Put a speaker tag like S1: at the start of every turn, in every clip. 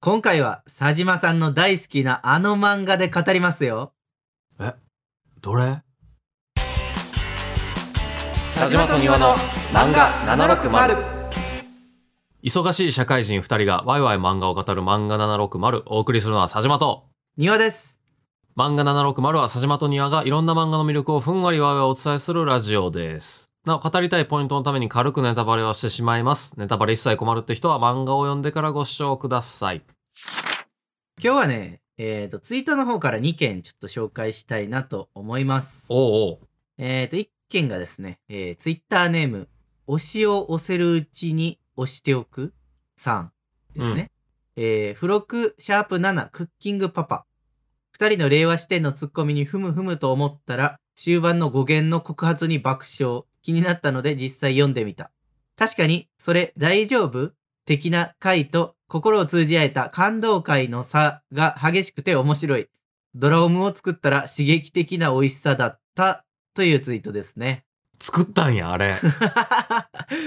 S1: 今回は佐島さんの大好きなあの漫画で語りますよ。
S2: どれ
S3: 佐島と庭の漫画760
S2: 忙しい社会人2人がワイワイ漫画を語る漫画760お送りするのは佐島と
S1: 庭です。
S2: 漫画760は佐島と庭がいろんな漫画の魅力をふんわりわいわいお伝えするラジオです。なお、語りたいポイントのために軽くネタバレはしてしまいます。ネタバレ一切困るって人は漫画を読んでからご視聴ください。
S1: 今日はね、えっ、と、ツイートの方から2件ちょっと紹介したいなと思います。
S2: おうおう。
S1: えっ、と、1件がですね、えー、ツイッターネーム、推しを押せるうちに押しておくさんですね。えー、付録、シャープ7、クッキングパパ。二人の令和視点のツッコミにふむふむと思ったら、終盤の語源の告発に爆笑。気になったので実際読んでみた。確かに、それ大丈夫的な回と心を通じ合えた感動回の差が激しくて面白い。ドラオムを作ったら刺激的な美味しさだったというツイートですね。
S2: 作ったんや、あれ。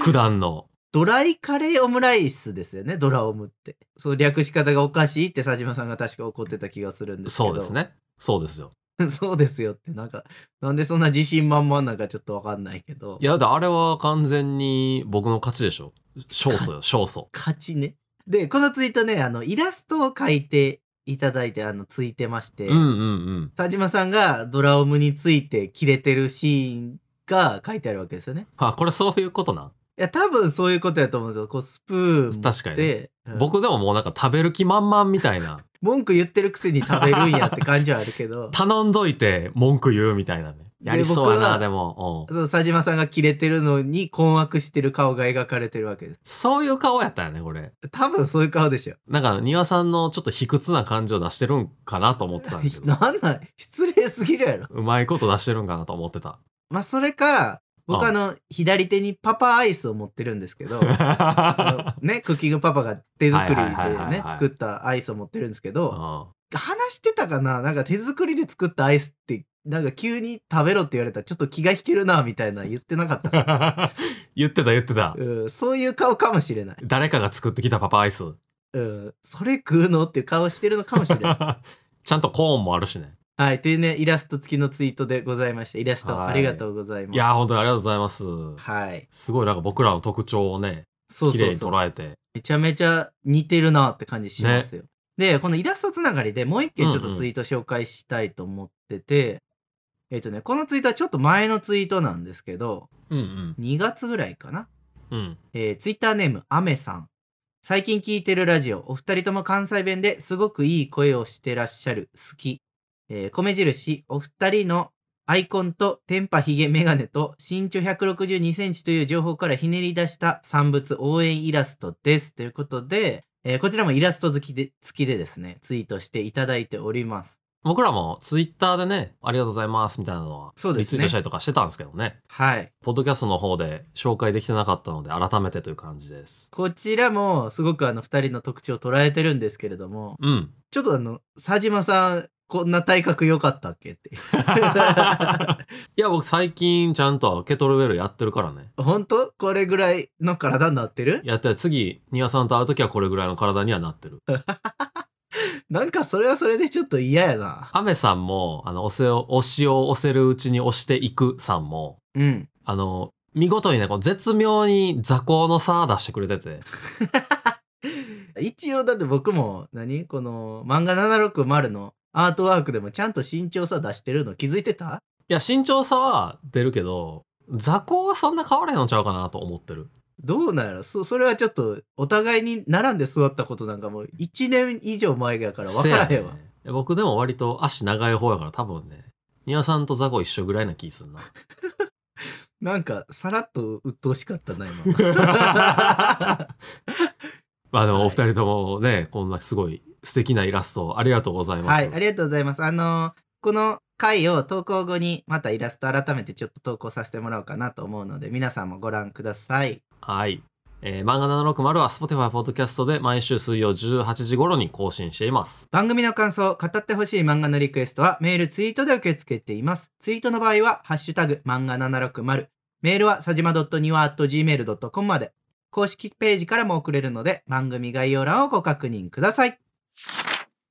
S2: 九段の。
S1: ドライカレーオムライスですよね、ドラオムって。その略し方がおかしいって佐島さんが確か怒ってた気がするんですけど。
S2: そうです。ね。そうですよ。
S1: そうですよって、なんか、なんでそんな自信満々なんかちょっとわかんないけど。
S2: いや、だってあれは完全に僕の勝ちでしょ。勝 訴よ、勝訴。
S1: 勝ちね。で、このツイートね、あの、イラストを描いていただいて、あの、ついてまして、
S2: うんうんうん。
S1: 佐島さんがドラオムについてキレてるシーンが書いてあるわけですよね。
S2: あ、これそういうことなん。
S1: いや、多分そういうことやと思うんですよ。こう、スプーン
S2: 確かに
S1: で、うん
S2: 僕でももうなんか食べる気満々みた いな。
S1: 文句言ってるくせに食べるんやって感じはあるけ ど、
S2: 頼んどいて文句言うみたいなね。
S1: で
S2: やりそうや
S1: 僕
S2: な、
S1: は
S2: でも。うん
S1: その佐島さんがキレてるのに困惑してる顔が描かれてるわけです。
S2: そういう顔やったよね、これ。
S1: 多分そういう顔でしょ。
S2: なんか、庭さんのちょっと卑屈な感じを出してるんかなと思ってたん だけど。
S1: なんなん失礼すぎるやろ。
S2: うまいこと出してるんかなと思ってた。
S1: まあ、それか、僕
S2: あ
S1: あの、左手にパパアイスを持ってるんですけ ど、あのね、クッキングパパが手作りで
S2: はいはいはいはい
S1: ね
S2: は、い
S1: 作ったアイスを持ってるんですけど、
S2: う
S1: 話してたかななんか手作りで作ったアイスって、なんか急に食べろって言われたらちょっと気が引けるな、みたいな言ってなかった。
S2: ん言ってた言ってた。
S1: うん、そういう顔かもしれない。
S2: 誰かが作ってきたパパアイス。
S1: うん、それ食うのっていう顔してるのかもしれない。
S2: ちゃんとコーンもあるしね。
S1: はい、というね、イラスト付きのツイートでございました。イラスト
S2: はい
S1: ありがとうございます。
S2: いやー、本当にありがとうございます。
S1: はい。
S2: すごいなんか僕らの特徴をね、
S1: そう
S2: 綺
S1: そ
S2: 麗
S1: う
S2: に
S1: そう。
S2: 捉えて。
S1: めちゃめちゃ似てるなって感じしますよ。で、このイラストつながりでもう一件ちょっとツイート紹介したいと思ってて、えっ、とね、このツイートはちょっと前のツイートなんですけど、
S2: うん
S1: 2月ぐらいかな。
S2: うん。うん。
S1: えー、ツイッターネーム、アメさん。最近聞いてるラジオ、お二人とも関西弁ですごくいい声をしてらっしゃる、好き。えー米印、お二人のアイコンと天パヒゲメガネと身長162センチという情報からひねり出した産物応援イラストです。ということで、えーこちらもイラスト好きで、付きでですね、ツイートしていただいております。
S2: 僕らもツイッターでね、ありがとうございますみたいなのは、
S1: そうですね
S2: リツイートしたりとかしてたんですけどね。
S1: はい。
S2: ポッドキャストの方で紹介できてなかったので、改めてという感じです。
S1: こちらもすごくあの二人の特徴を捉えてるんですけれども、
S2: うん。
S1: ちょっとあの、佐島さん、こんな体格良かったっけって。
S2: いや、僕最近ちゃんとケトルベルやってるからね。
S1: 本当これぐらいの体になってる
S2: やったら次、ニワさんと会うときはこれぐらいの体にはなってる。
S1: なんかそれはそれでちょっと嫌やな。
S2: アメさんも、あの、押せを、押しを押せるうちに押していくさんも、
S1: うん。
S2: あの、見事にね、こう絶妙に座高の差出してくれてて。
S1: 一応だって僕も何、この漫画760のアートワークでもちゃんと身長差出してるの気づいてた
S2: いや、身長差は出るけど、座高はそんな変わらへんのちゃうかなと思ってる。
S1: どうなんやろそそれはちょっとお互いに並んで座ったことなんかもう1年以上前やから分からへんわ。
S2: せやねいや僕でも割と足長い方やから多分ね、ニワさんとザコ一緒ぐらいな気す んな。
S1: なんかさらっと鬱陶しかったな今。
S2: まあでも
S1: はい
S2: お二人ともね、こんなすごい素敵なイラストありがとうございます。
S1: はい、ありがとうございます。あのーこの回を投稿後にまたイラスト改めてちょっと投稿させてもらおうかなと思うので皆さんもご覧ください。
S2: はい。えー漫画760は Spotify ポッドキャストで毎週水曜18時頃に更新しています。
S1: 番組の感想、語ってほしい漫画のリクエストはメール、ツイートで受け付けています。ツイートの場合はハッシュタグ漫画760。メールはさじま .niwa.gmail.com まで。公式ページからも送れるので番組概要欄をご確認ください。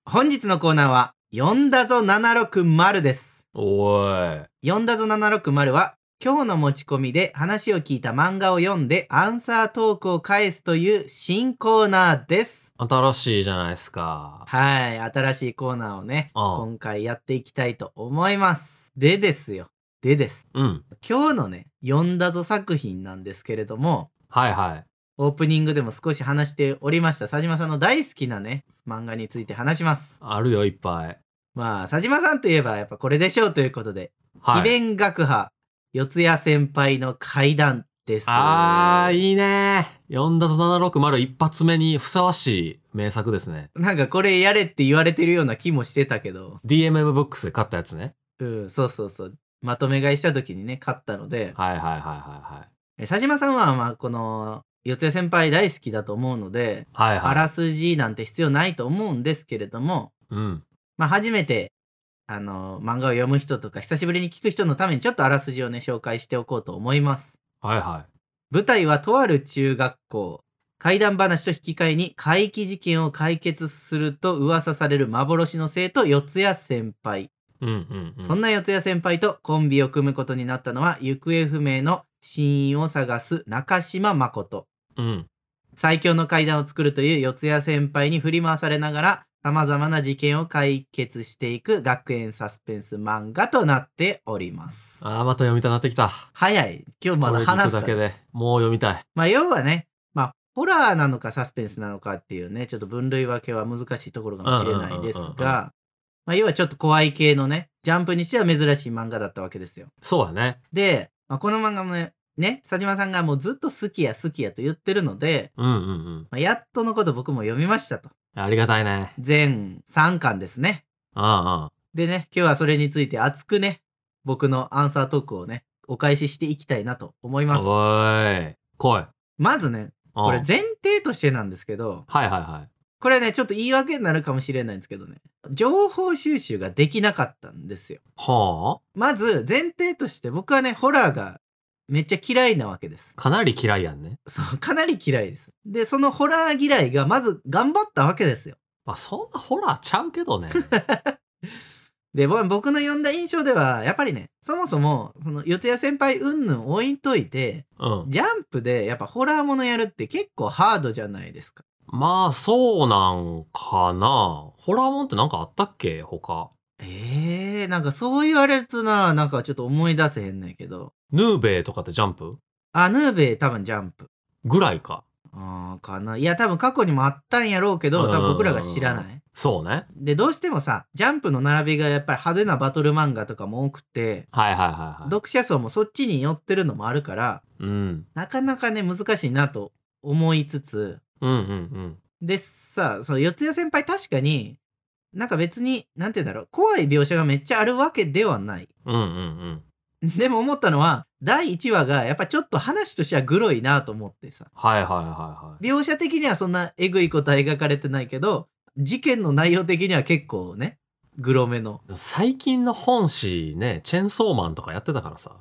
S1: 本日のコーナーは、読んだぞ760です。
S2: おーい。
S1: 読んだぞ760は、今日の持ち込みで話を聞いた漫画を読んでアンサートークを返すという新コーナーです。
S2: 新しいじゃないですか。
S1: はい、新しいコーナーをね、
S2: ああ
S1: 今回やっていきたいと思います。でですよ。でです。
S2: うん。
S1: 今日のね、読んだぞ作品なんですけれども、
S2: はいはい。
S1: オープニングでも少し話しておりました佐島さんの大好きなね、漫画について話します。
S2: あるよ、いっぱい。
S1: まあ、佐島さんといえばやっぱこれでしょうということで、
S2: は
S1: 奇
S2: い。
S1: 弁学派、四谷先輩の怪談です。
S2: あー、いいね。読んだぞ760一発目にふさわしい名作ですね。
S1: なんかこれやれって言われてるような気もしてたけど、
S2: DMM ブックスで買ったやつね。
S1: うん、そうそうそう。まとめ買いした時にね、買ったので、
S2: はいはいはいはいはい。
S1: え佐島さんは、まあ、この、四谷先輩大好きだと思うので、
S2: はいはい。
S1: あらすじなんて必要ないと思うんですけれども、
S2: うん。
S1: まあ、初めて、あの、漫画を読む人とか、久しぶりに聞く人のために、ちょっとあらすじをね、紹介しておこうと思います。
S2: はいは
S1: 舞台はとある中学校。怪談話と引き換えに怪奇事件を解決すると噂される幻の生徒四谷先輩。
S2: い。うんうん、うん。
S1: そんな四谷先輩とコンビを組むことになったのは行方不明の死因を探す中島誠。
S2: うん。
S1: 最強の怪談を作るという四谷先輩に振り回されながら様々な事件を解決していく学園サスペンス漫画となっております。
S2: あー、また読みたなってきた。
S1: 早い。今日まだ
S2: これ聞
S1: 話
S2: く
S1: すか
S2: だ
S1: ら
S2: けで。もう読みたい。
S1: まあ要はね、まあホラーなのかサスペンスなのかっていうね、ちょっと分類分けは難しいところかもしれないです
S2: うんうんうんうんうん
S1: が、まあ要はちょっと怖い系のね、ジャンプにしては珍しい漫画だったわけですよ。
S2: そうだね。
S1: で、まあ、この漫画もね、ね、佐島さんがもうずっと好きや好きやと言ってるので、
S2: うんうんうん。
S1: まあ、やっとのこと僕も読みましたと。
S2: ありがたいね。
S1: 全3巻ですね。
S2: うんうん。
S1: でね、今日はそれについて熱くね、僕のアンサートークをね、お返ししていきたいなと思います。
S2: おーい。来い。
S1: まずね、
S2: うん
S1: これ前提としてなんですけど、
S2: はいはいはい。
S1: これね、ちょっと言い訳になるかもしれないんですけどね、情報収集ができなかったんですよ。
S2: は
S1: まず、前提として僕はね、ホラーがめっちゃ嫌いなわけです
S2: あ。かなり嫌いやんね。
S1: そう、かなり嫌いです。で、そのホラー嫌いがまず頑張ったわけですよ。
S2: まあそんなホラーちゃう けどね。
S1: で、ぼ僕の読んだ印象では、やっぱりね、そもそも、その、四谷先輩うんぬん置いといて、
S2: うん。
S1: ジャンプでやっぱホラーものやるって結構ハードじゃないですか。
S2: まあそうなんかな。ホラーもんってなんかあったっけ他。
S1: えー、なんかそう言われるとな、なんかちょっと思い出せへんねんけど、
S2: ヌーベイとかってジャンプ
S1: あ、ヌーベ多分ジャンプ。
S2: ぐらいか。
S1: あーかな。いや、多分過去にもあったんやろうけど、多分僕らが知ら
S2: う
S1: ない。
S2: そうね。
S1: で、どうしてもさ、ジャンプの並びがやっぱり派手なバトル漫画とかも多くて、
S2: はいはいはいはい。
S1: 読者層もそっちに寄ってるのもあるから、
S2: うん。
S1: なかなかね、難しいなと思いつつ、
S2: うんうん
S1: でさ、その四谷先輩確かに、なんか別に、なんて言うんだろう、怖い描写がめっちゃあるわけではない。
S2: うん。うんうんうん。
S1: でも思ったのは、第1話がやっぱちょっと話としてはグロいなと思ってさ、
S2: はいはいはいはい。
S1: 描写的にはそんなえぐいことは描かれてないけど事件の内容的には結構ねグロめの
S2: 最近の本誌ね、チェンソーマンとかやってたからさ。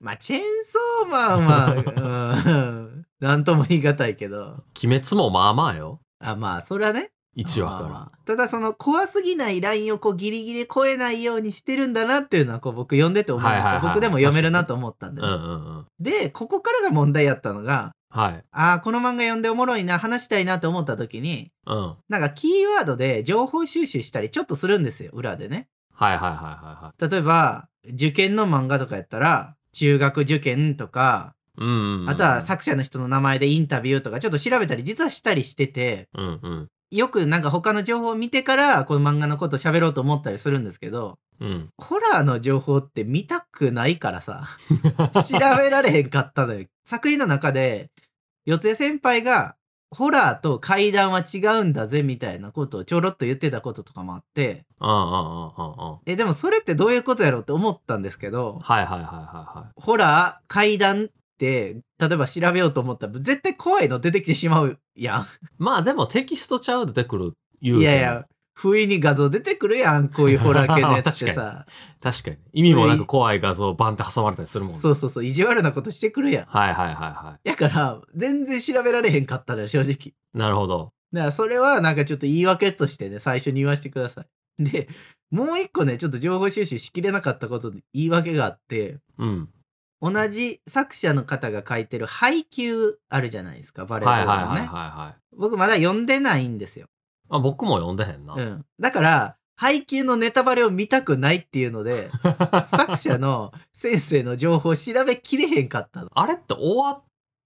S1: まあチェーンソーマン はうんなんとも言い難いけど
S2: 鬼滅もまあまあよ。
S1: あまあそれはね
S2: 1話
S1: まあ
S2: か
S1: まあただその怖すぎないラインをこうギリギリ超えないようにしてるんだなっていうのはこう僕読んでて思いました、
S2: はいはいはい
S1: 僕でも読めるなと思ったんで、
S2: ら。うんうんうん。
S1: でここからが問題やったのが
S2: はい。
S1: あーこの漫画読んでおもろいな話したいなと思った時に
S2: うん。はい
S1: なんかキーワードで情報収集したりちょっとするんですよ裏でね
S2: はいはいはいはい。
S1: 例えば受験の漫画とかやったら中学受験とか、
S2: うんうんうん。
S1: あとは作者の人の名前でインタビューとかちょっと調べたり実はしたりしてて
S2: うんうん。
S1: よくなんか他の情報を見てからこの漫画のこと喋ろうと思ったりするんですけど
S2: うん。
S1: ホラーの情報って見たくないから さ調べられへんかったのよ作品の中で四谷先輩がホラーと怪談は違うんだぜみたいなことをちょろっと言ってたこととかもあって
S2: うんうんうんうんうん。
S1: えでもそれってどういうことやろうって思ったんですけど
S2: はいはいはいはいはい。
S1: ホラー、怪談って、例えば調べようと思ったら、絶対怖いの出てきてしまうやん。
S2: まあでもテキストちゃう出てくる言う
S1: い
S2: ても
S1: やいや、不意に画像出てくるやん、こういうホラー系のやつって
S2: 確
S1: さ。
S2: 確かに。意味もなく怖い画像バンって挟まれたりするもんね。
S1: そうそうそう、意地悪なことしてくるやん。
S2: はいはいはいは
S1: やから、全然調べられへんかったのよ、正直。
S2: い。なるほど。
S1: だからそれはなんかちょっと言い訳としてね、最初に言わせてください。で、もう一個ね、ちょっと情報収集しきれなかったことで言い訳があって、
S2: うん。
S1: 同じ作者の方が書いてる配給あるじゃないですか、バレーボ
S2: は
S1: ー
S2: いは
S1: ル
S2: い
S1: のね。
S2: はいはいはい。
S1: 僕まだ読んでないんですよ。
S2: あ僕も読んでへんな。
S1: うん。だから、配給のネタバレを見たくないっていうの で、作者の先生の情報を調べきれへんかったの。
S2: あれって終わっ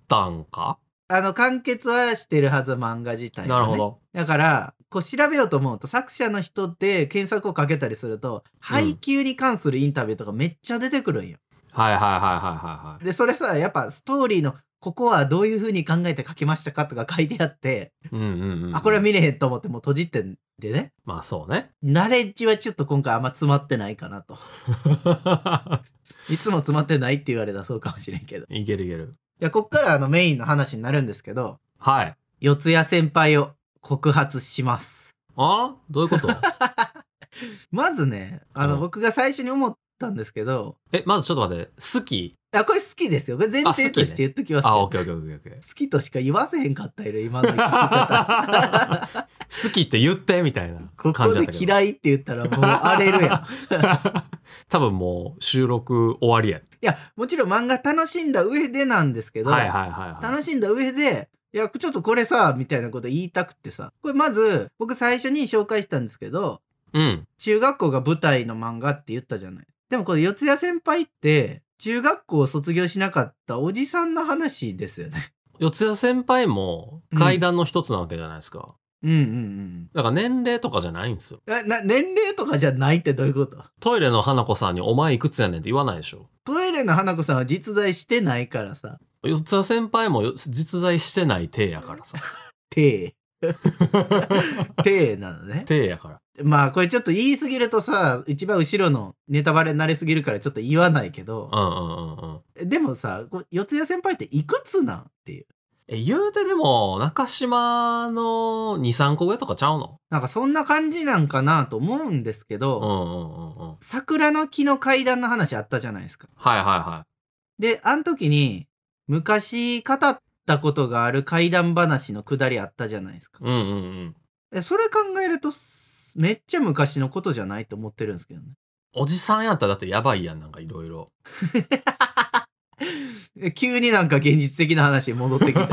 S2: たんか、
S1: あの、完結はしてるはず、漫画自体は、ね。
S2: なるほ。ど。
S1: だから、こう調べようと思うと、作者の人って検索をかけたりすると、配給に関するインタビューとかめっちゃ出てくるんよ。
S2: はいはいはいはいはいはい。
S1: で、それさ、やっぱストーリーの、ここはどういう風に考えて書きましたかとか書いてあって、
S2: うんうんうん。
S1: あ、これは見れへんと思ってもう閉じてんでね。
S2: まあそうね。
S1: ナレッジはちょっと今回あんま詰まってないかなと。いつも詰まってないって言われたらそうかもしれんけど。い
S2: いけるいける。
S1: や、こっからあのメインの話になるんですけど、
S2: はい。
S1: 四谷先輩を告発します。
S2: あどういうこと
S1: まずね、あの、
S2: うん
S1: 僕が最初に思ったんですけど、
S2: え、まずちょっと待って。好き
S1: あ、これ好きですよ。これ前提として言っときますけど
S2: あ、
S1: 好
S2: オッケーオッケーオッケーオッケー。
S1: きとしか言わせへんかったよ、今の 聞き 方。
S2: 好きって言ってみたいな
S1: こ
S2: 感
S1: こ
S2: じだっ
S1: で
S2: たけど。い。
S1: 嫌いって言ったらもう荒れるや ん。
S2: 多分もう収録終わりや。
S1: いや、もちろん漫画楽しんだ上でなんですけど、
S2: はいはいはいはい。
S1: 楽しんだ上で、いや、ちょっとこれさ、みたいなこと言いたくってさ。これまず、僕最初に紹介したんですけど、
S2: うん。
S1: 中学校が舞台の漫画って言ったじゃない。でもこれ四谷先輩って、中学校を卒業しなかったおじさんの話ですよね。
S2: 四谷先輩も階段の一つなわけじゃないですか。
S1: うんうん
S2: だから年齢とかじゃないんですよ。
S1: うん。えな、年齢とかじゃないってどういうこと
S2: トイレの花子さんにお前いくつやねんって言わないでしょ。
S1: トイレの花子さんは実在してないからさ。
S2: 四谷先輩もよ実在してない体や からさ。
S1: てえ。 てえなの ね。
S2: 体やから。
S1: まあこれちょっと言い過ぎるとさ、一番後ろのネタバレになりすぎるからちょっと言わないけど
S2: う、んうんうんうん。
S1: でもさ、こう四谷先輩っていくつなんっていう。
S2: え、言うてでも、中島の2、3個上とかちゃうの
S1: なんかそんな感じなんかなと思うんですけど、
S2: うんうんうんうん。
S1: 桜の木の階段の話あったじゃないですか。
S2: はいはいは
S1: で、あの時に昔語ったことがある階段話のくだりあったじゃないですか
S2: い。。うんうんうん。
S1: えそれ考えるとすめっちゃ昔のことじゃないと思ってるんですけどね。
S2: おじさんやったらだってやばいやん、なんかいろい ろ。
S1: え急になんか現実的な話に戻ってき て。
S2: い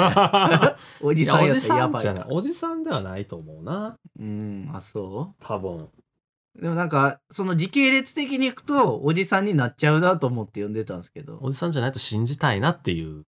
S1: おじ
S2: や
S1: さん
S2: お
S1: やっ
S2: じ
S1: たら
S2: さ
S1: や
S2: ん
S1: ばい
S2: じゃ。ない。おじさんではないと思うな。
S1: うん、あ、そ
S2: 多分。
S1: う。でもなんか、その時系列的にいくと、おじさんになっちゃうなと思って読んでたんですけど、
S2: おじさんじゃないと信じたいなっていう。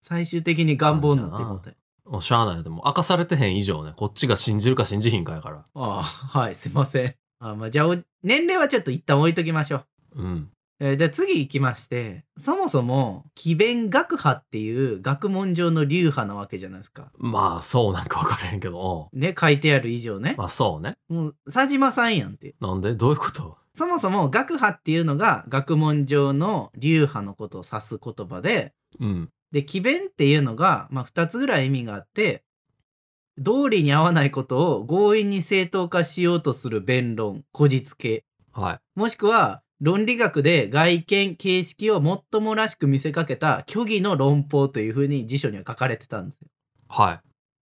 S1: 最終的に願望になってもうて。
S2: おしゃあない。でも明かされてへん以上ね、こっちが信じるか信じひんかやから。
S1: ああ、はい、すいません。あまあ、じゃあお、年齢はちょっと一旦置いときましょう。
S2: うん。
S1: えーじゃあ次行きまして、そもそも、奇弁学派っていう学問上の流派なわけじゃないですか。
S2: まあ、そうなんかわからへんけど。
S1: ね、書いてある以上ね
S2: うん。まあ、そうね。
S1: もう、佐島さんやんっていう。
S2: なんでどういうこと
S1: そもそも学派っていうのが学問上の流派のことを指す言葉で、
S2: うん。
S1: で、奇弁っていうのが、まあ、2つぐらい意味があって、道理に合わないことを強引に正当化しようとする弁論、こじつけ、
S2: はい。
S1: もしくは論理学で外見、形式をもっともらしく見せかけた虚偽の論法というふうに辞書には書かれてたんですよ。
S2: は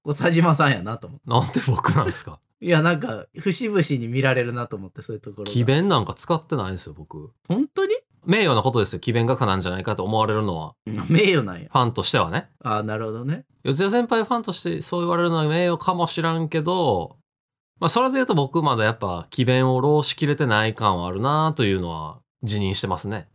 S1: これ佐島さんやなと思って。
S2: い。なんで僕なんです か
S1: いや、なんか、節々に見られるなと思って、そういうところが。
S2: 詭弁なんか使ってないですよ、僕。
S1: 本当に
S2: 名誉なことですよ。詭弁学科なんじゃないかと思われるのは、
S1: 名誉なんや。
S2: ファンとしてはね。
S1: ああ、なるほどね。
S2: 四谷先輩ファンとしてそう言われるのは名誉かもしらんけど、まあ、それで言うと僕まだやっぱ、詭弁を浪しきれてない感はあるなというのは、辞任してますね。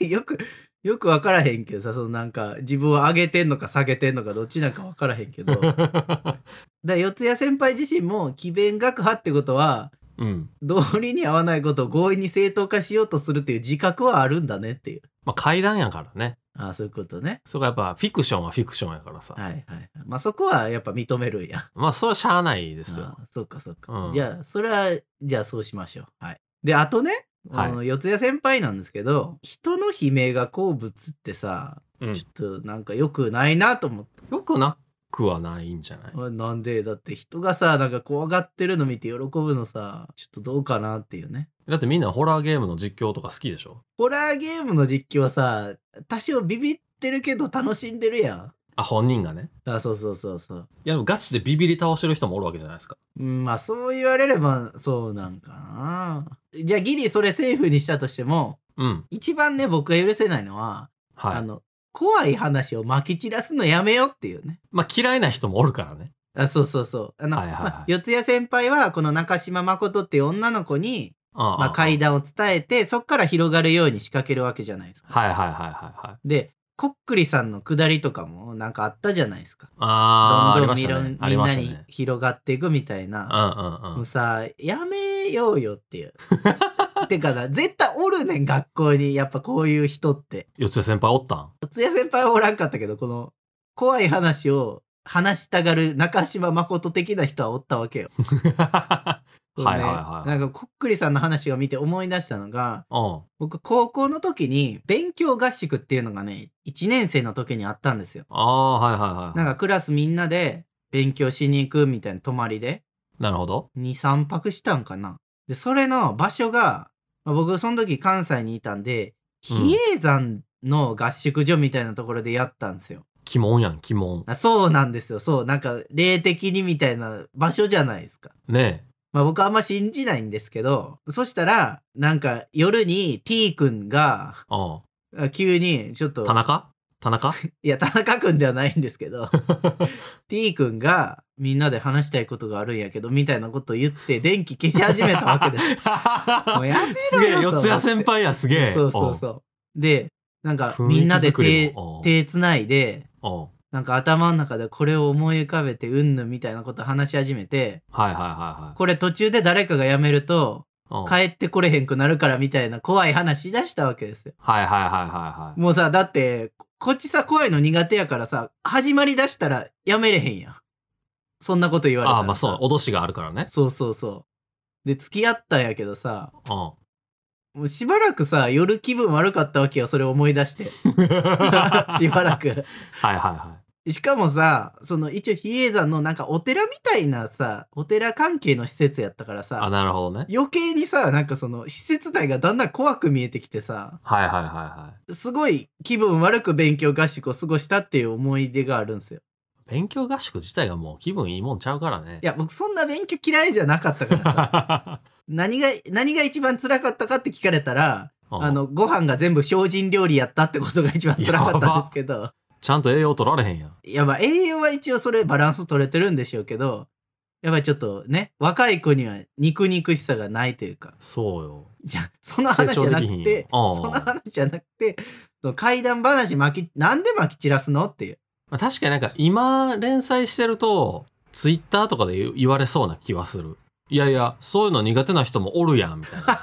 S1: よく、よく分からへんけどさ、そのなんか、自分を上げてんのか下げてんのか、どっちなんか分からへんけど。 だから四谷先輩自身も、奇弁学派ってことは、
S2: うん。
S1: 道理に合わないことを強引に正当化しようとするっていう自覚はあるんだねっていう。
S2: まあ、階段やからね。
S1: ああ、そういうことね。
S2: そこはやっぱ、フィクションはフィクションやからさ。
S1: はいはい。まあそこはやっぱ認めるんや。
S2: まあ、それはしゃあないですよ
S1: あ。あそうかそうか。
S2: うん
S1: じゃあ、それは、じゃあそうしましょう。はい。で、あとね、
S2: はい
S1: あの四谷先輩なんですけど、人の悲鳴が好物ってさ、
S2: うん
S1: ちょっとなんか良くないなと思って
S2: よくなくはないんじゃない
S1: おいなんでだって人がさなんか怖がってるの見て喜ぶのさちょっとどうかなっていうね
S2: だってみんなホラーゲームの実況とか好きでしょ
S1: ホラーゲームの実況はさ多少ビビってるけど楽しんでるやん
S2: あ、本人がね。
S1: あそうそうそうそう。
S2: いや、でもガチでビビり倒してる人もおるわけじゃないですか。
S1: うんまあそう言われればそうなんかな。じゃあギリそれセーフにしたとしても、
S2: うん。
S1: 一番ね、僕が許せないのは、
S2: は
S1: あ
S2: い。
S1: の、怖い話を撒き散らすのやめよっていうね。
S2: まあ嫌いな人もおるからね。
S1: あそうそうそう。あの、
S2: はいはいはい
S1: まあ四谷先輩は、この中島誠っていう女の子に、
S2: ま
S1: まあ、階段を伝えて、そっから広がるように仕掛けるわけじゃないですか。
S2: はいはいはいはいはい。
S1: で、こっくりさんの下りとかもなんかあったじゃないですか。
S2: ああ、あ
S1: どん
S2: り
S1: ど
S2: ま
S1: んみ
S2: し
S1: ろ
S2: た
S1: ん、
S2: ね。あ
S1: み
S2: り
S1: ん
S2: ま
S1: な
S2: した
S1: に
S2: ね。
S1: 広がっていくみたいな。
S2: うんうんう。
S1: もうんさ、やめようよっていう。 てかな、絶対おるねん、学校に。やっぱこういう人って。
S2: 四谷先輩おった ん
S1: 四谷先輩はおらんかったけど、この、怖い話を話したがる中島誠的な人はおったわ けよ。そうね
S2: はいはいはい
S1: なんかこっくりさんの話を見て思い出したのが
S2: うん。
S1: 僕高校の時に勉強合宿っていうのがね1年生の時にあったんですよ
S2: ああ、はいはい
S1: なん
S2: は
S1: かクラスみんなで勉強しに行くみたいな泊まりで
S2: い。なるほど。
S1: 23泊したんかなでそれの場所がまあ僕その時関西にいたんで
S2: うん
S1: 比叡山の合宿所みたいなところでやったんですよ、
S2: 鬼門やん、鬼門。
S1: あそうなんですよそうなんか霊的にみたいな場所じゃないですか
S2: ね
S1: まあ僕はあんま信じないんですけど、そしたら、なんか夜に T 君が、
S2: え。うん。
S1: あ急にちょっと
S2: 田、中田中
S1: いや、田中君ではないんですけど、T 君がみんなで話したいことがあるんやけど、みたいなことを言って電気消し始めたわ けです。もうやめろよ
S2: すげえ、
S1: と思
S2: 四
S1: って
S2: 谷先輩や、すげえ。
S1: そうそうそう。で、なんか
S2: 雰囲気
S1: みんなで
S2: 作り
S1: 手
S2: もうん、
S1: 手つないで、
S2: うん。うん。
S1: なんか頭の中でこれを思い浮かべてうんぬんみたいなこと話し始めて、
S2: はいはいは
S1: これ途中で誰かがやめると、
S2: いはい。うん
S1: 帰ってこれへんくなるからみたいな怖い話しだしたわけですよ。
S2: はいはいはいはいはい。
S1: もうさ、だって、ここっちさ、怖いの苦手やからさ、始まりだしたらやめれへんやん。そんなこと言われたら
S2: あ
S1: さ
S2: あ、まあそう、脅しがあるからね。
S1: そうそうそう。で、付き合ったんやけどさ、
S2: うん。
S1: もうしばらくさ、夜気分悪かったわけよ、それ思い出 して。 しばら。く。
S2: はいはいは
S1: しかもさ、その一応、比叡山のなんかお寺みたいなさ、お寺関係の施設やったから
S2: い。あ、
S1: さ、
S2: なるほどね。
S1: 余計にさ、なんかその施設内がだんだん怖く見えてきてさ、
S2: はいはいはいは
S1: すごい気分悪く勉強合宿を過ごしたっていう思い出があるんですよ。
S2: い。勉強合宿自体がもう気分いいもんちゃうからね。
S1: いや、僕そんな勉強嫌いじゃなかったからさ、 何が、何が一番辛かったかって聞かれたら、
S2: うん
S1: あの、ご飯が全部精進料理やったってことが一番辛かったんですけど、
S2: ちゃんと栄養取られへんやん。
S1: いや、まあ栄養は一応それバランス取れてるんでしょうけど、やっぱりちょっとね、若い子には肉肉しさがないというか、
S2: そうよ。
S1: じゃあその話じゃなく
S2: 成長できひん
S1: て
S2: よ、ああ
S1: その話じゃなくて、その怪談話巻き、なんで巻き散らすのっていう。
S2: まあ、確かになんか今連載してると、ツイッターとかで言う言われそうな気はする。いやいや、そういうの苦手な人もおるやん、みたい な。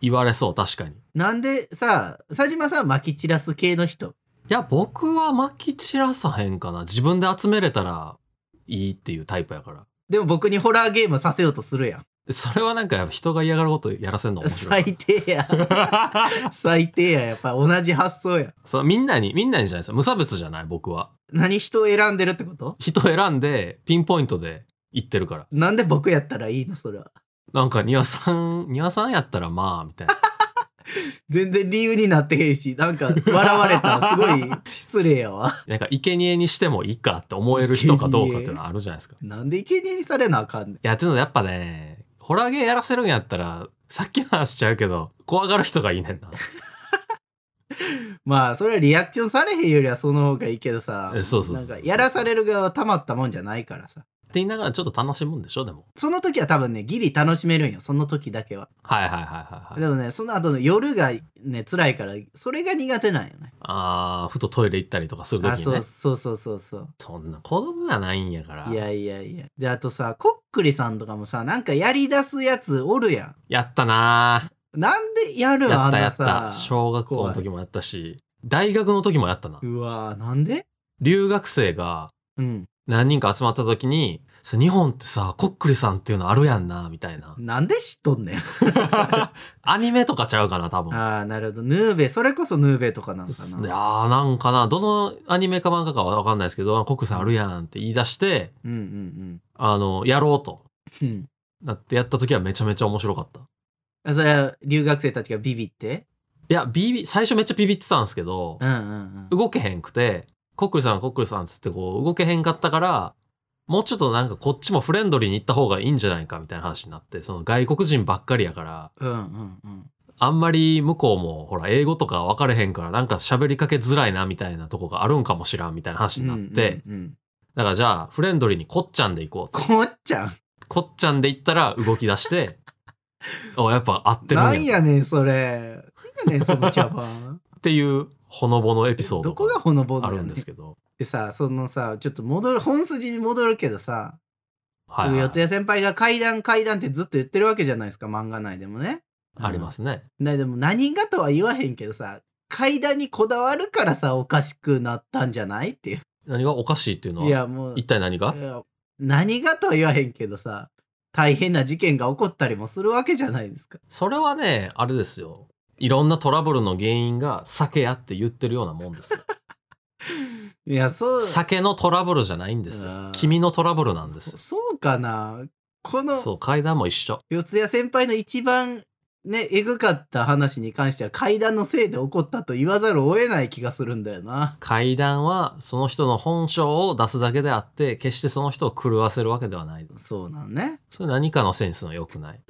S2: 言われそう、確かに。い
S1: なんでさ、佐島さん撒き散らす系の人。
S2: や、僕は撒き散らさへんかな。自分で集めれたらいいっていうタイプやから。
S1: でも僕にホラーゲームさせようとするやん。
S2: それはなんか人が嫌がることやらせんの面白い
S1: 最低や。
S2: から。
S1: 最低や。やっぱ同じ発想や。
S2: そうみんなに、みんなにじゃないですよ。無差別じゃない、僕は。
S1: 何人を選んでるってこと
S2: 人選んで、ピンポイントで行ってるから。
S1: なんで僕やったらいいのそれは。
S2: なんか、庭さん、庭さんやったらまあ、みたいな。
S1: 全然理由になってへんし、なんか笑われた らすごい失礼やわ。
S2: なんか、生贄にしてもいいかって思える人かどうかっていうのはあるじゃないですか。い
S1: なんで生贄にされなあかんねん。
S2: や、っていうのはやっぱね、ホラーゲーやらせるんやったら、さっきの話しちゃうけど、怖がる人がいいねんな。
S1: まあ、それはリアクションされへんよりはその方がいいけどさ。
S2: えそうそう
S1: な
S2: そうん
S1: か、やらされる側はたまったもんじゃないからさ。
S2: って言いながらちょっと楽しむんでしょ、でも。
S1: その時は多分ね、ギリ楽しめるんよ。その時だけは。
S2: はいはいはいはい、はい。
S1: でもね、その後の夜がね、辛いから、それが苦手なんよね。
S2: あー、ふとトイレ行ったりとかするとき
S1: あ
S2: に
S1: そ
S2: ね
S1: う。そうそうそうそう。
S2: そんな子供やないんやから。
S1: いやいやいや。で、あとさ、こっくりさんとかもさ、なんかやりだすやつおるや
S2: やったなー。
S1: ん。なんでやるん
S2: や
S1: あ
S2: った
S1: の
S2: やっ
S1: さ
S2: た。小学校の時もやったし、大学の時もやったな。
S1: うわーなんで
S2: 留学生が
S1: うん。。
S2: 何人か集まった時に、そう日本ってさ、こっくりさんっていうのあるやんな、みたいな
S1: なんで知っとんねん。
S2: アニメとかちゃうかな、多分。
S1: ああ、なるほど。ヌーベ、それこそヌーベとかなんか
S2: いや
S1: な。
S2: ーなんかな、どのアニメか漫画かはわかんないですけど、こっくりさんあるやんって言い出して、
S1: うんうん
S2: あの、やろうと。
S1: うんうん。
S2: なってやった時はめちゃめちゃ面白かった。
S1: あそれは留学生たちがビビって
S2: いや、ビビ、最初めっちゃビビってたんですけど
S1: う、んうんうん。
S2: 動けへんくて、コックリさん、コックリさんっつってこう、動けへんかったから、もうちょっとなんかこっちもフレンドリーに行った方がいいんじゃないかみたいな話になって、その外国人ばっかりやから、
S1: うんうんうん。
S2: あんまり向こうもほら、英語とか分かれへんから、なんか喋りかけづらいなみたいなとこがあるんかもしらんみたいな話になって、
S1: うんうんうん
S2: だからじゃあ、フレンドリーにこっちゃんで行こうって。
S1: こっちゃん。
S2: こっちゃんで行ったら動き出 して、おやっぱ合ってるん
S1: な
S2: や
S1: んやねん、それ。なんやねん、その茶番。
S2: っていうほのぼのエピソー
S1: ど
S2: ド
S1: こが
S2: が
S1: ほのぼの
S2: あ
S1: や
S2: る
S1: ね
S2: んですけど。
S1: でさ、そのさ、ちょっと戻る、本筋に戻るけどさ、
S2: はい、
S1: 四谷先輩が階段階段ってずっと言ってるわけじゃないですか、漫画内でもね。。
S2: ありますすね。
S1: ねでも何がとは言わへんけどさ、階段にこだわるからさ、おかしくなったんじゃないっていう。
S2: 何がおかしいっていうの
S1: い
S2: は、
S1: や、もう、
S2: 一体何が
S1: いや何がとは言わへんけどさ、大変な事件が起こったりもするわけじゃないですか。
S2: それはね、あれですよ。いろんなトラブルの原因が酒やって言ってるようなもんですよ。
S1: いや、そう。
S2: 酒のトラブルじゃないんです
S1: あ
S2: よ
S1: ー。
S2: 君のトラブルなんですよ。
S1: そうかなこの
S2: そう、階段も一緒。
S1: 四谷先輩の一番ね、えぐかった話に関しては階段のせいで起こったと言わざるを得ない気がするんだよな。
S2: 階段はその人の本性を出すだけであって、決してその人を狂わせるわけではない。
S1: そうなんね。
S2: それ何かのセンスの良くない。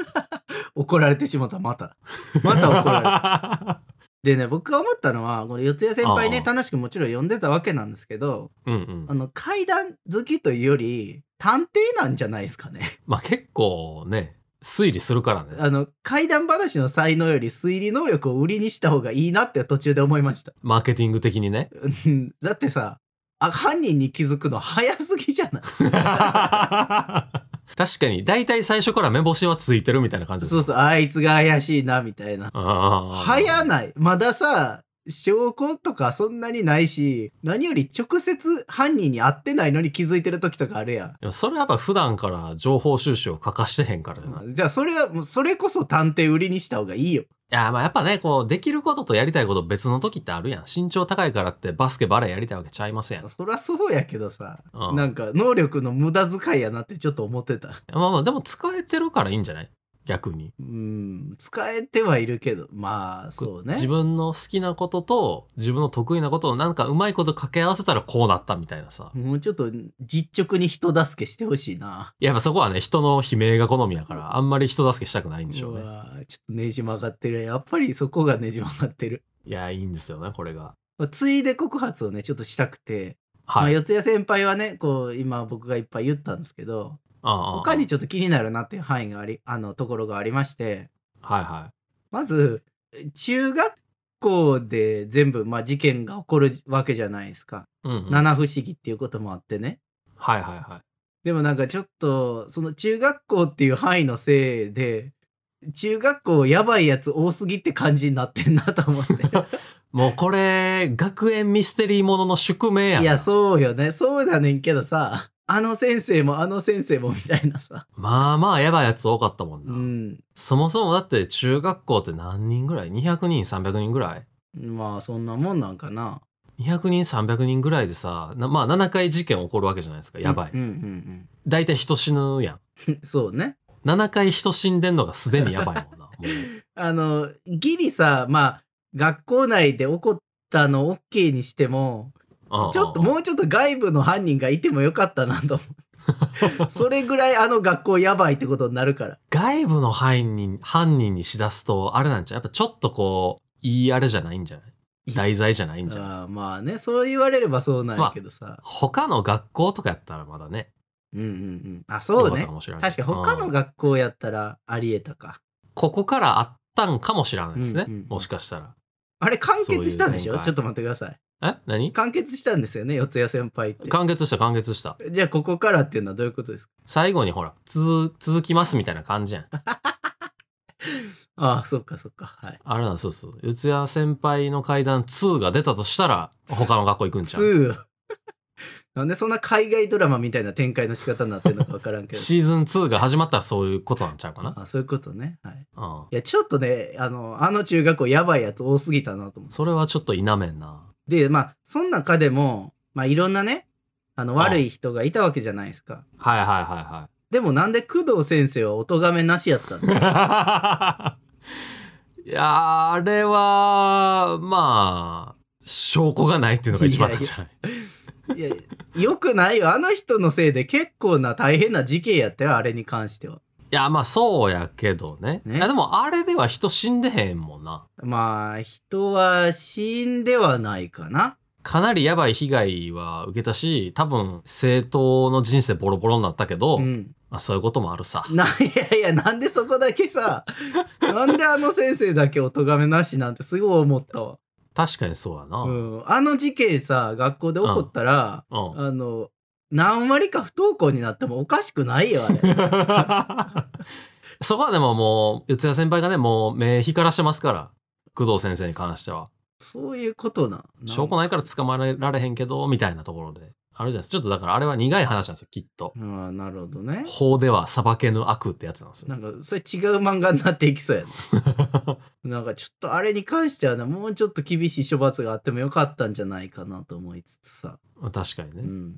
S1: 怒られてしまった、また。また 怒られる。でね、僕が思ったのは、これ四谷先輩
S2: あ
S1: ね、
S2: あ
S1: 楽しくもちろん読んでたわけなんですけど、
S2: うんうん
S1: あ。の、階段好きというより、探偵なんじゃないですかね。
S2: まあ結構ね、推理するからね。
S1: あの、怪談話の才能より推理能力を売りにした方がいいなって途中で思いました。
S2: マーケティング的にね。
S1: うんだってさ、あ、犯人に気づくの早すぎじ ゃない
S2: 確かに、大体最初から目星はついてるみたいな感じです
S1: そうそう、あいつが怪しいな、みたいな。
S2: あー
S1: 早ない。まださ、証拠とかそんなにないし、何より直接犯人に会ってないのに気づいてる時とかあるやん。
S2: でもそれはやっぱ普段から情報収集を欠かしてへんからじゃない。い
S1: じゃあそれはもうそれこそ探偵売りにした方がいいよ。
S2: や、まあやっぱね、こう、できることとやりたいこと別の時ってあるやん。身長高いからってバスケバレーやりたいわけちゃいません。うん。
S1: そりゃそうやけどさ、な
S2: ま
S1: んか能力の無駄遣いやなってちょっと思ってた。
S2: あまあ、でも使えてるからいいんじゃない逆に。
S1: うん、使えてはいるけど、まあ、そうね。
S2: 自分の好きなことと自分の得意なことをなんかうまいこと掛け合わせたらこうなったみたいなさ。
S1: もうちょっと実直に人助けしてほしいな。
S2: やっぱそこはね、人の悲鳴が好みやから、あんまり人助けしたくないんでしょ
S1: う
S2: うね。
S1: わーちょっとねじ曲がってる。やっぱりそこがねじ曲がってる。
S2: いや、いいんですよね、これが。
S1: ついで告発をね、ちょっとしたくて、ま
S2: は
S1: あ、
S2: い。
S1: 四谷先輩はね、こう、今僕がいっぱい言ったんですけど、他
S2: 他
S1: にちょっと気になるなっていう範囲があり、あの、ところがありまして、
S2: はいは
S1: まず、中学校で全部、まあ、事件が起こるわけじゃないですか。
S2: い。うん、うん。はい
S1: 七不思議っていうこともあってね。
S2: はいは
S1: でもなんかちょっとその中学校っていう範囲のせいで中学校やばいやつ多すぎって感じになってんなと思って
S2: い。もうこれ、学園ミステリーものの宿命やない
S1: やそうよねそうだねんけどさあの先生もあの先生もみたいなさ
S2: まあまあやばいやつ多かったもん
S1: う
S2: な。
S1: ん
S2: そもそもだって中学校って何人ぐらい ?200 人、300人ぐらい
S1: まあそんなもんなんかな
S2: ?200 人、300人ぐらいでさ、なまあ7回事件起こるわけじゃないですか。やばい。
S1: うんうん
S2: 大体人死ぬやん。
S1: うん そうね
S2: 7回人死んでんのがすでにやば いもんな。もう
S1: あのギリさまあ学校内で起こったのを OK にしても
S2: うんうん
S1: ちょっともうちょっと外部の犯人がいてもよかったなと 思うそれぐらいあの学校やばいってことになるから
S2: 外部の犯人、犯人にしだすと、あれなんちゃうやっぱちょっとこう、いいあれじゃないんじゃない題材じゃないんじゃない
S1: あーまあねそう言われればそうなんやけどさ、
S2: 他の学校とかやったらまだね。
S1: うんうんうんあそうね
S2: よかったかもしれんけど
S1: 確か他の
S2: うん
S1: 学校やったらありえたか、
S2: ここからあったんかもしれないですね。
S1: うんうんうん
S2: もしかしたら。
S1: あれ完結したんでし
S2: そういう展
S1: ょ
S2: 開
S1: ちょっと待ってください
S2: え何
S1: 完結したんですよね四谷先輩って
S2: 完結した完結した。
S1: じゃあここからっていうのはどういうことですか
S2: 最後にほら、続、続きますみたいな感じやん。
S1: ああそっかそっかはい
S2: あれなんそうそう。四谷先輩の階段2が出たとしたら、他の学校行くんちゃう
S1: 2 なんでそんな海外ドラマみたいな展開の仕方になってるのか分からんけど
S2: シーズン2が始まったらそういうことなんちゃうか な。
S1: あそういうことねはい
S2: うん。
S1: いや、ちょっとね、あの、あの中学校やばいやつ多すぎたなと思って。
S2: それはちょっと否めんな。
S1: で、まあ、その中でも、まあ、いろんなね、あの、
S2: ああ
S1: 悪い人がいたわけじゃないですか。
S2: はいはいは
S1: でも、なんで工藤先生はお咎めなしやったんで
S2: い
S1: すか
S2: はい。い やー、あれは、まあ、証拠がないっていうのが一番なんじゃない
S1: いや、よくないよ。あの人のせいで結構な大変な事件やったよ、あれに関しては。
S2: いや、まあそうやけどね。
S1: ね
S2: いやでもあれでは人死んでへんもんな。
S1: まあ、人は死んではないかな。
S2: かなりやばい被害は受けたし、多分政党の人生ボロボロになったけど、
S1: うん。
S2: まあそういうこともあるさ。
S1: な、いやいや、なんでそこだけさ、なんであの先生だけお咎めなしなんてすごい思ったわ。
S2: 確かにそうやな。
S1: う
S2: うん。
S1: ん。あの事件さ、学校で起こったら、あの、何割か不登校になってもおかしくないよ、あれ。
S2: そこはでももう、四谷先輩がね、もう目光らしてますから。工藤先生に関しては。
S1: そういうことな。なん
S2: 証拠ないから捕まえられへんけど、みたいなところで。あるじゃないですか。ちょっとだからあれは苦い話なんですよ、きっと。
S1: ああ、なるほどね。
S2: 法では裁けぬ悪ってやつなんですよ。
S1: なんか、それ違う漫画になっていきそうやな。 なんかちょっとあれに関してはな、もうちょっと厳しい処罰があってもよかったんじゃないかなと思いつつさ。
S2: 確かにね。
S1: うん。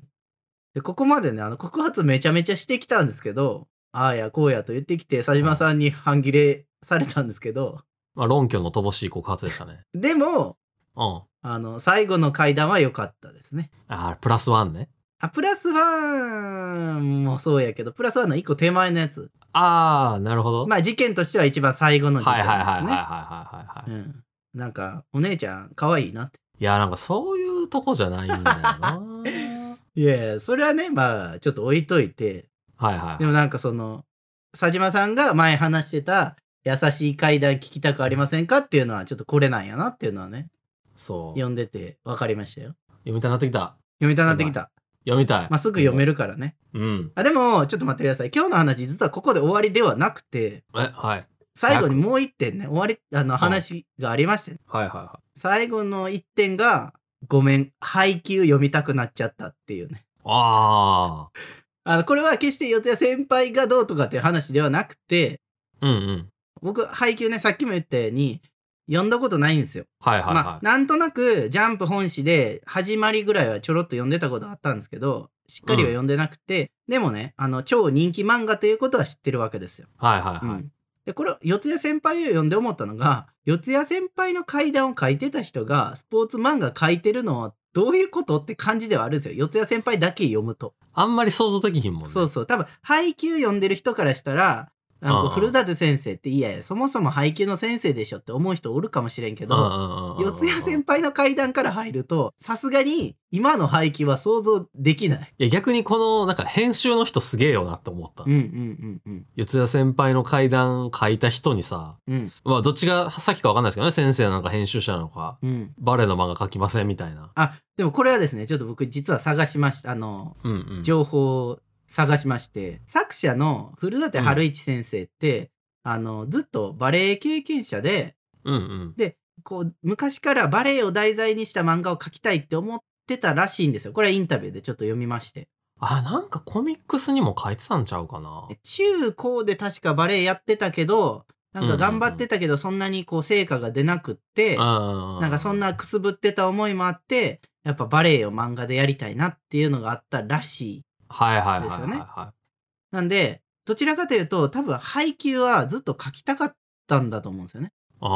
S1: で、ここまでね、あの、告発めちゃめちゃしてきたんですけど、ああやこうやと言ってきて、佐島さんに半切れされたんですけど、
S2: まあ論拠の乏しい告発でしたね。
S1: でも、
S2: うん。
S1: あの、最後の会談は良かったですね。
S2: あープラスワンね。
S1: あ、プラスワンもそうやけど、プラスワンの一個手前のやつ。
S2: ああ、なるほど。
S1: まあ、事件としては一番最後の事件
S2: はいはいはい
S1: で
S2: はい
S1: す
S2: はい
S1: ね。
S2: はいはい。
S1: うん。なんか、お姉ちゃん、可愛いなって。
S2: いや、なんかそういうとこじゃないんだよな。
S1: いやいや、それはね、まあ、ちょっと置いといて、
S2: はいはい
S1: でもなんかその、佐島さんが前話してた、優しい階段聞きたくありませんかっていうのは、ちょっとこれなんやなっていうのはね、
S2: そう。
S1: 読んでて分かりましたよ。
S2: 読みたいなってきた。
S1: 読みたなってきた。
S2: 読みたい。
S1: まあ、すぐ読めるからね。
S2: うん。
S1: あ、でも、ちょっと待ってください。今日の話、実はここで終わりではなくて、
S2: え、はい。
S1: 最後にもう一点ね、終わり、あの話がありまして、ね、
S2: はいはいはい。
S1: 最後の一点が、ごめん、配給読みたくなっちゃったっていうね。
S2: ああ。
S1: あの、これは決して四谷先輩がどうとかっていう話ではなくて、
S2: うんうん。
S1: 僕、配給ね、さっきも言ったように、読んだことないんですよ。
S2: はいはい
S1: まあ
S2: は、い。
S1: なんとなく、ジャンプ本誌で、始まりぐらいはちょろっと読んでたことあったんですけど、しっかりは読んでなくて、でもね、あの、超人気漫画ということは知ってるわけですよ。
S2: はいはいはい。
S1: うんで、これ、四谷先輩を読んで思ったのが、四谷先輩の怪談を書いてた人が、スポーツ漫画書いてるのは、どういうことって感じではあるんですよ。四谷先輩だけ読むと。
S2: あんまり想像できひんもんね。
S1: そうそう。多分、配給読んでる人からしたら、あの
S2: ああ
S1: 古舘先生っていやいやそもそも配給の先生でしょって思う人おるかもしれんけ
S2: うんう
S1: ど、
S2: んうんうん。
S1: 四谷先輩の階段から入るとさすがに今の配給は想像できない。
S2: いや逆にこのなんか編集の人すげえよなって思った
S1: うん。うんうん
S2: 四谷先輩の怪談書いた人にさ、
S1: うんうん
S2: まあどっちが先かわかんないですけどね、先生なのか編集者なのか、
S1: うん。
S2: バレエの漫画書きませんみたいな。
S1: あでもこれはですねちょっと僕実は探しましたあの
S2: うんうん。
S1: 情報を探しまして作者の古舘春一先生って、あのずっとバレエ経験者で
S2: うんうん。
S1: こう昔からバレエを題材にした漫画を描きたいって思ってたらしいんですよ。これはインタビューでちょっと読みまして。
S2: あ、なんかコミックスにも書いてたんちゃうかな。
S1: 中高で確かバレエやってたけどなんか頑張ってたけどそんなにこう成果が出なくって、
S2: う
S1: なんかそんなくすぶってた思いもあってやっぱバレエを漫画でやりたいなっていうのがあったらしい。
S2: はいはいはいはい、はい。
S1: ですよねなんでどちらかというと多分配給はずっと描きたかったんだと思うんですよね。
S2: あ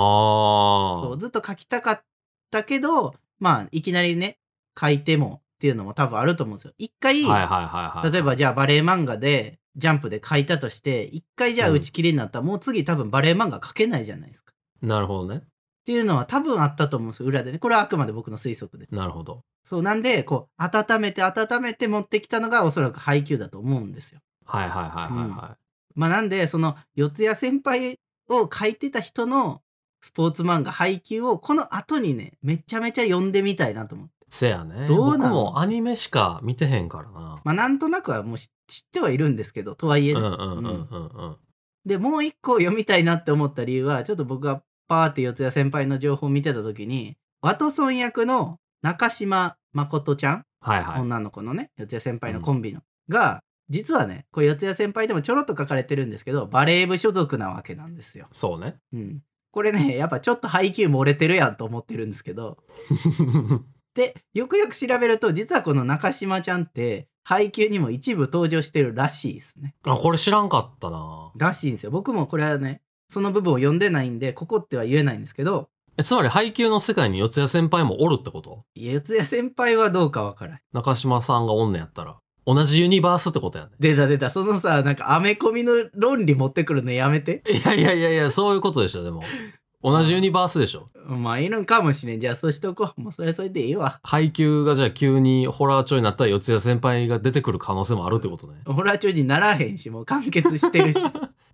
S2: あ。
S1: そうずっと描きたかったけどまあいきなりね描いてもっていうのも多分あると思うんですよ。一回、
S2: はいはいはいはい。
S1: 例えばじゃあバレエ漫画でジャンプで書いたとして一回じゃあ
S2: うん
S1: 打ち切りになったら、もう次多分バレエ漫画書けないじゃないですか。っ
S2: なるほどね。
S1: ていうのは多分あったと思うんですよ裏でねこれはあくまで僕の推測で
S2: なるほど。
S1: そうなんでこう温めて温めて持ってきたのがおそらく配給だと思うんですよ
S2: はいはいはいはいは
S1: まあなんでその四谷先輩を書いてた人のスポーツ漫画配給をこの後にねめちゃめちゃ読んでみたいなと思って
S2: い。せやね。
S1: どう
S2: 僕
S1: なの
S2: もアニメしか見てへんからな。
S1: まあなんとなくはもう知知ってはいるんですけどとはいえ
S2: うん
S1: ね、
S2: うんうんうんうん。
S1: でもう一個読みたいなって思った理由はちょっと僕がパーって四谷先輩の情報を見てた時にワトソン役の中島誠ちゃん、
S2: はいはい。
S1: 女の子のね四谷先輩のコンビの、が実はねこれ四谷先輩でもちょろっと書かれてるんですけどバレー部所属なわけなんですよ。
S2: そうね。
S1: うん、これねやっぱちょっと配給漏れてるやんと思ってるんですけどでよくよく調べると実はこの中島ちゃんって配給にも一部登場してるらしいですね。
S2: あ、これ知らんかったな。
S1: らしいんですよ。僕もこれはね、その部分を読んでないんで、ここっては言えないんですけど、
S2: えつまり配給の世界に四谷先輩もおるってこと
S1: いや四谷先輩はどうかわからん。
S2: 中島さんがおんねやったら。同じユニバースってことやね。
S1: 出た出た。そのさ、なんかアメコミの論理持ってくるのやめて。
S2: いやいやいやいや、そういうことでしょ、でも。同じユニバースでしょ。
S1: まあいいのかもしれん。じゃあそうしとこう。もうそれはそれでいいわ。
S2: 配給がじゃあ急にホラー調になったら四谷先輩が出てくる可能性もあるってことね。
S1: ホラー調にならへんし、もう完結して るし。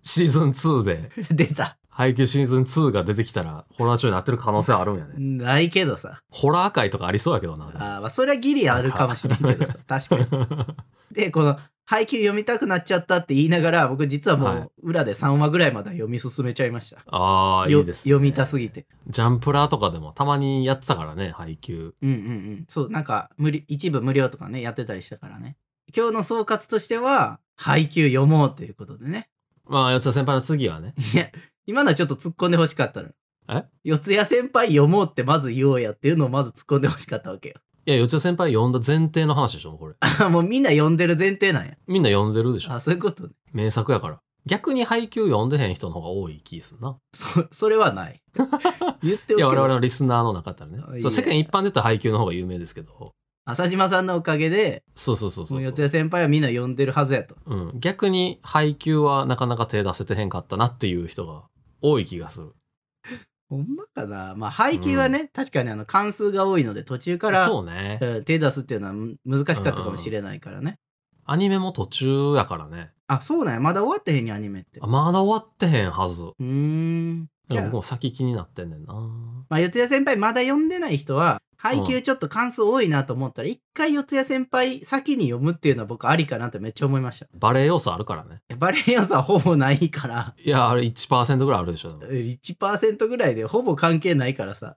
S2: シーズン2で、
S1: 出た。
S2: 配給シーズン2が出てきたらホラー調になってる可能性あるんやね。
S1: ないけどさ。
S2: ホラー界とかありそうやけどな。でも
S1: あーまあそれはギリあるかもしれんけ どさ。確かに。で、この、配給読みたくなっちゃったって言いながら、僕実はも
S2: はいう
S1: 裏で3話ぐらいまで読み進めちゃいました。
S2: ああ、い
S1: よ
S2: いです、ね。
S1: 読みたすぎて。
S2: ジャンプラーとかでもたまにやってたからね、配給。
S1: うんうんうん。そう、なんか無理、一部無料とかね、やってたりしたからね。今日の総括としては、配給読もうということでね。
S2: まあ、四谷先輩の次はね。
S1: いや、今のはちょっと突っ込んでほしかったの。
S2: え
S1: 四谷先輩読もうってまず言おうやっていうのをまず突っ込んでほしかったわけよ。
S2: いや、四谷先輩呼んだ前提の話でしょ、これ。
S1: あ もうみんな読んでる前提なんや。
S2: みんな呼んでるでしょ。
S1: あ、そういうことね。
S2: 名作やから。逆に配給読んでへん人の方が多い気すんな。
S1: そ、それは ない。言ってお
S2: い
S1: け
S2: や、
S1: ば
S2: 我々のリスナーの中だったら
S1: あい
S2: ね。
S1: い
S2: そう、
S1: ね
S2: 世間一般で言ったら配給の方が有名ですけど。
S1: 浅島さんのおかげで、
S2: そうそうそう
S1: そ
S2: そう
S1: の
S2: そ
S1: 四
S2: う。
S1: 谷先輩はみんな読んでるはずやと。
S2: うん。逆に配給はなかなか手出せてへんかったなっていう人が多い気がする。
S1: ほんまかなまあ、配給はね、確かにあの、関数が多いので途中から、
S2: そうね。
S1: うん手出すっていうのはむ難しかったかもしれないからね。
S2: アニメも途中やからね。
S1: あ、そうなんや。まだ終わってへんにアニメって。
S2: あ
S1: う
S2: まだ終わってへんはず。
S1: ーん。じ
S2: で
S1: ゃ
S2: も
S1: あ
S2: 僕、も先気になってんねんな。
S1: まあ、四谷先輩まだ読んでない人は、配給ちょっと感想多いなと思ったら、一回四谷先輩先に読むっていうのは僕ありかなってめっちゃ思いました。
S2: バレエ要素あるからね。
S1: バレエ要素はほぼないから、
S2: いや、あれ1%ぐらいあるでしょ。でも
S1: 1%ぐらいでほぼ関係ないからさ。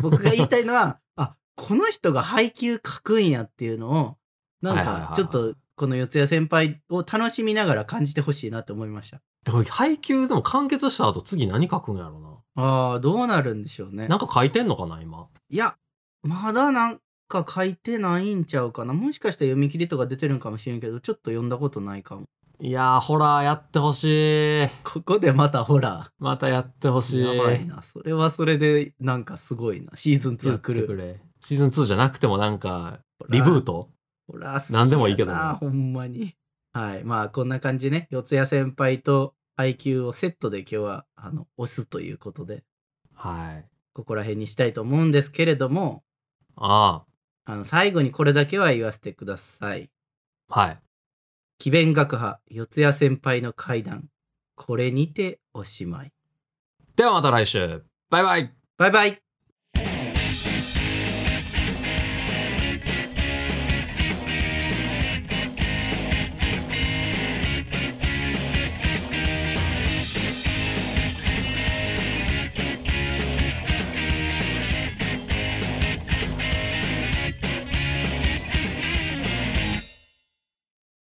S1: 僕が言いたいのは、 あ、この人が配給書くんやっていうのを、なん
S2: はいはいはいは
S1: か
S2: い
S1: ちょっとこの四谷先輩を楽しみながら感じてほしいなって思いました。
S2: えこれ配給でも完結した後次何書くんやろ
S1: ああ、どうなるんでしょうね
S2: な。。なんか書いてんのかな、今。
S1: いや、まだなんか書いてないんちゃうかな。もしかしたら読み切りとか出てるんかもしれんけど、ちょっと読んだことないかも。
S2: いやー、ホラーやってほしい。
S1: ここでまたほら、
S2: またやってほしい。
S1: やばいな。それはそれでなんかすごいな。シーズン
S2: や
S1: 2
S2: って
S1: 来る
S2: く。れ。シーズン2じゃなくてもなんか、リブート
S1: ほら、
S2: なんでもいいけどね
S1: な。ほんまに。はい。まあ、こんな感じでね。四谷先輩と IQ をセットで今日は、あの、押すということで、
S2: はい。
S1: ここら辺にしたいと思うんですけれども、
S2: あ
S1: あの、最後にこれだけは言わせてください。
S2: あ、はい。
S1: 奇弁学派四谷先輩の会談これにておしまい
S2: ではまた来週。バイバイ。
S1: バイバイ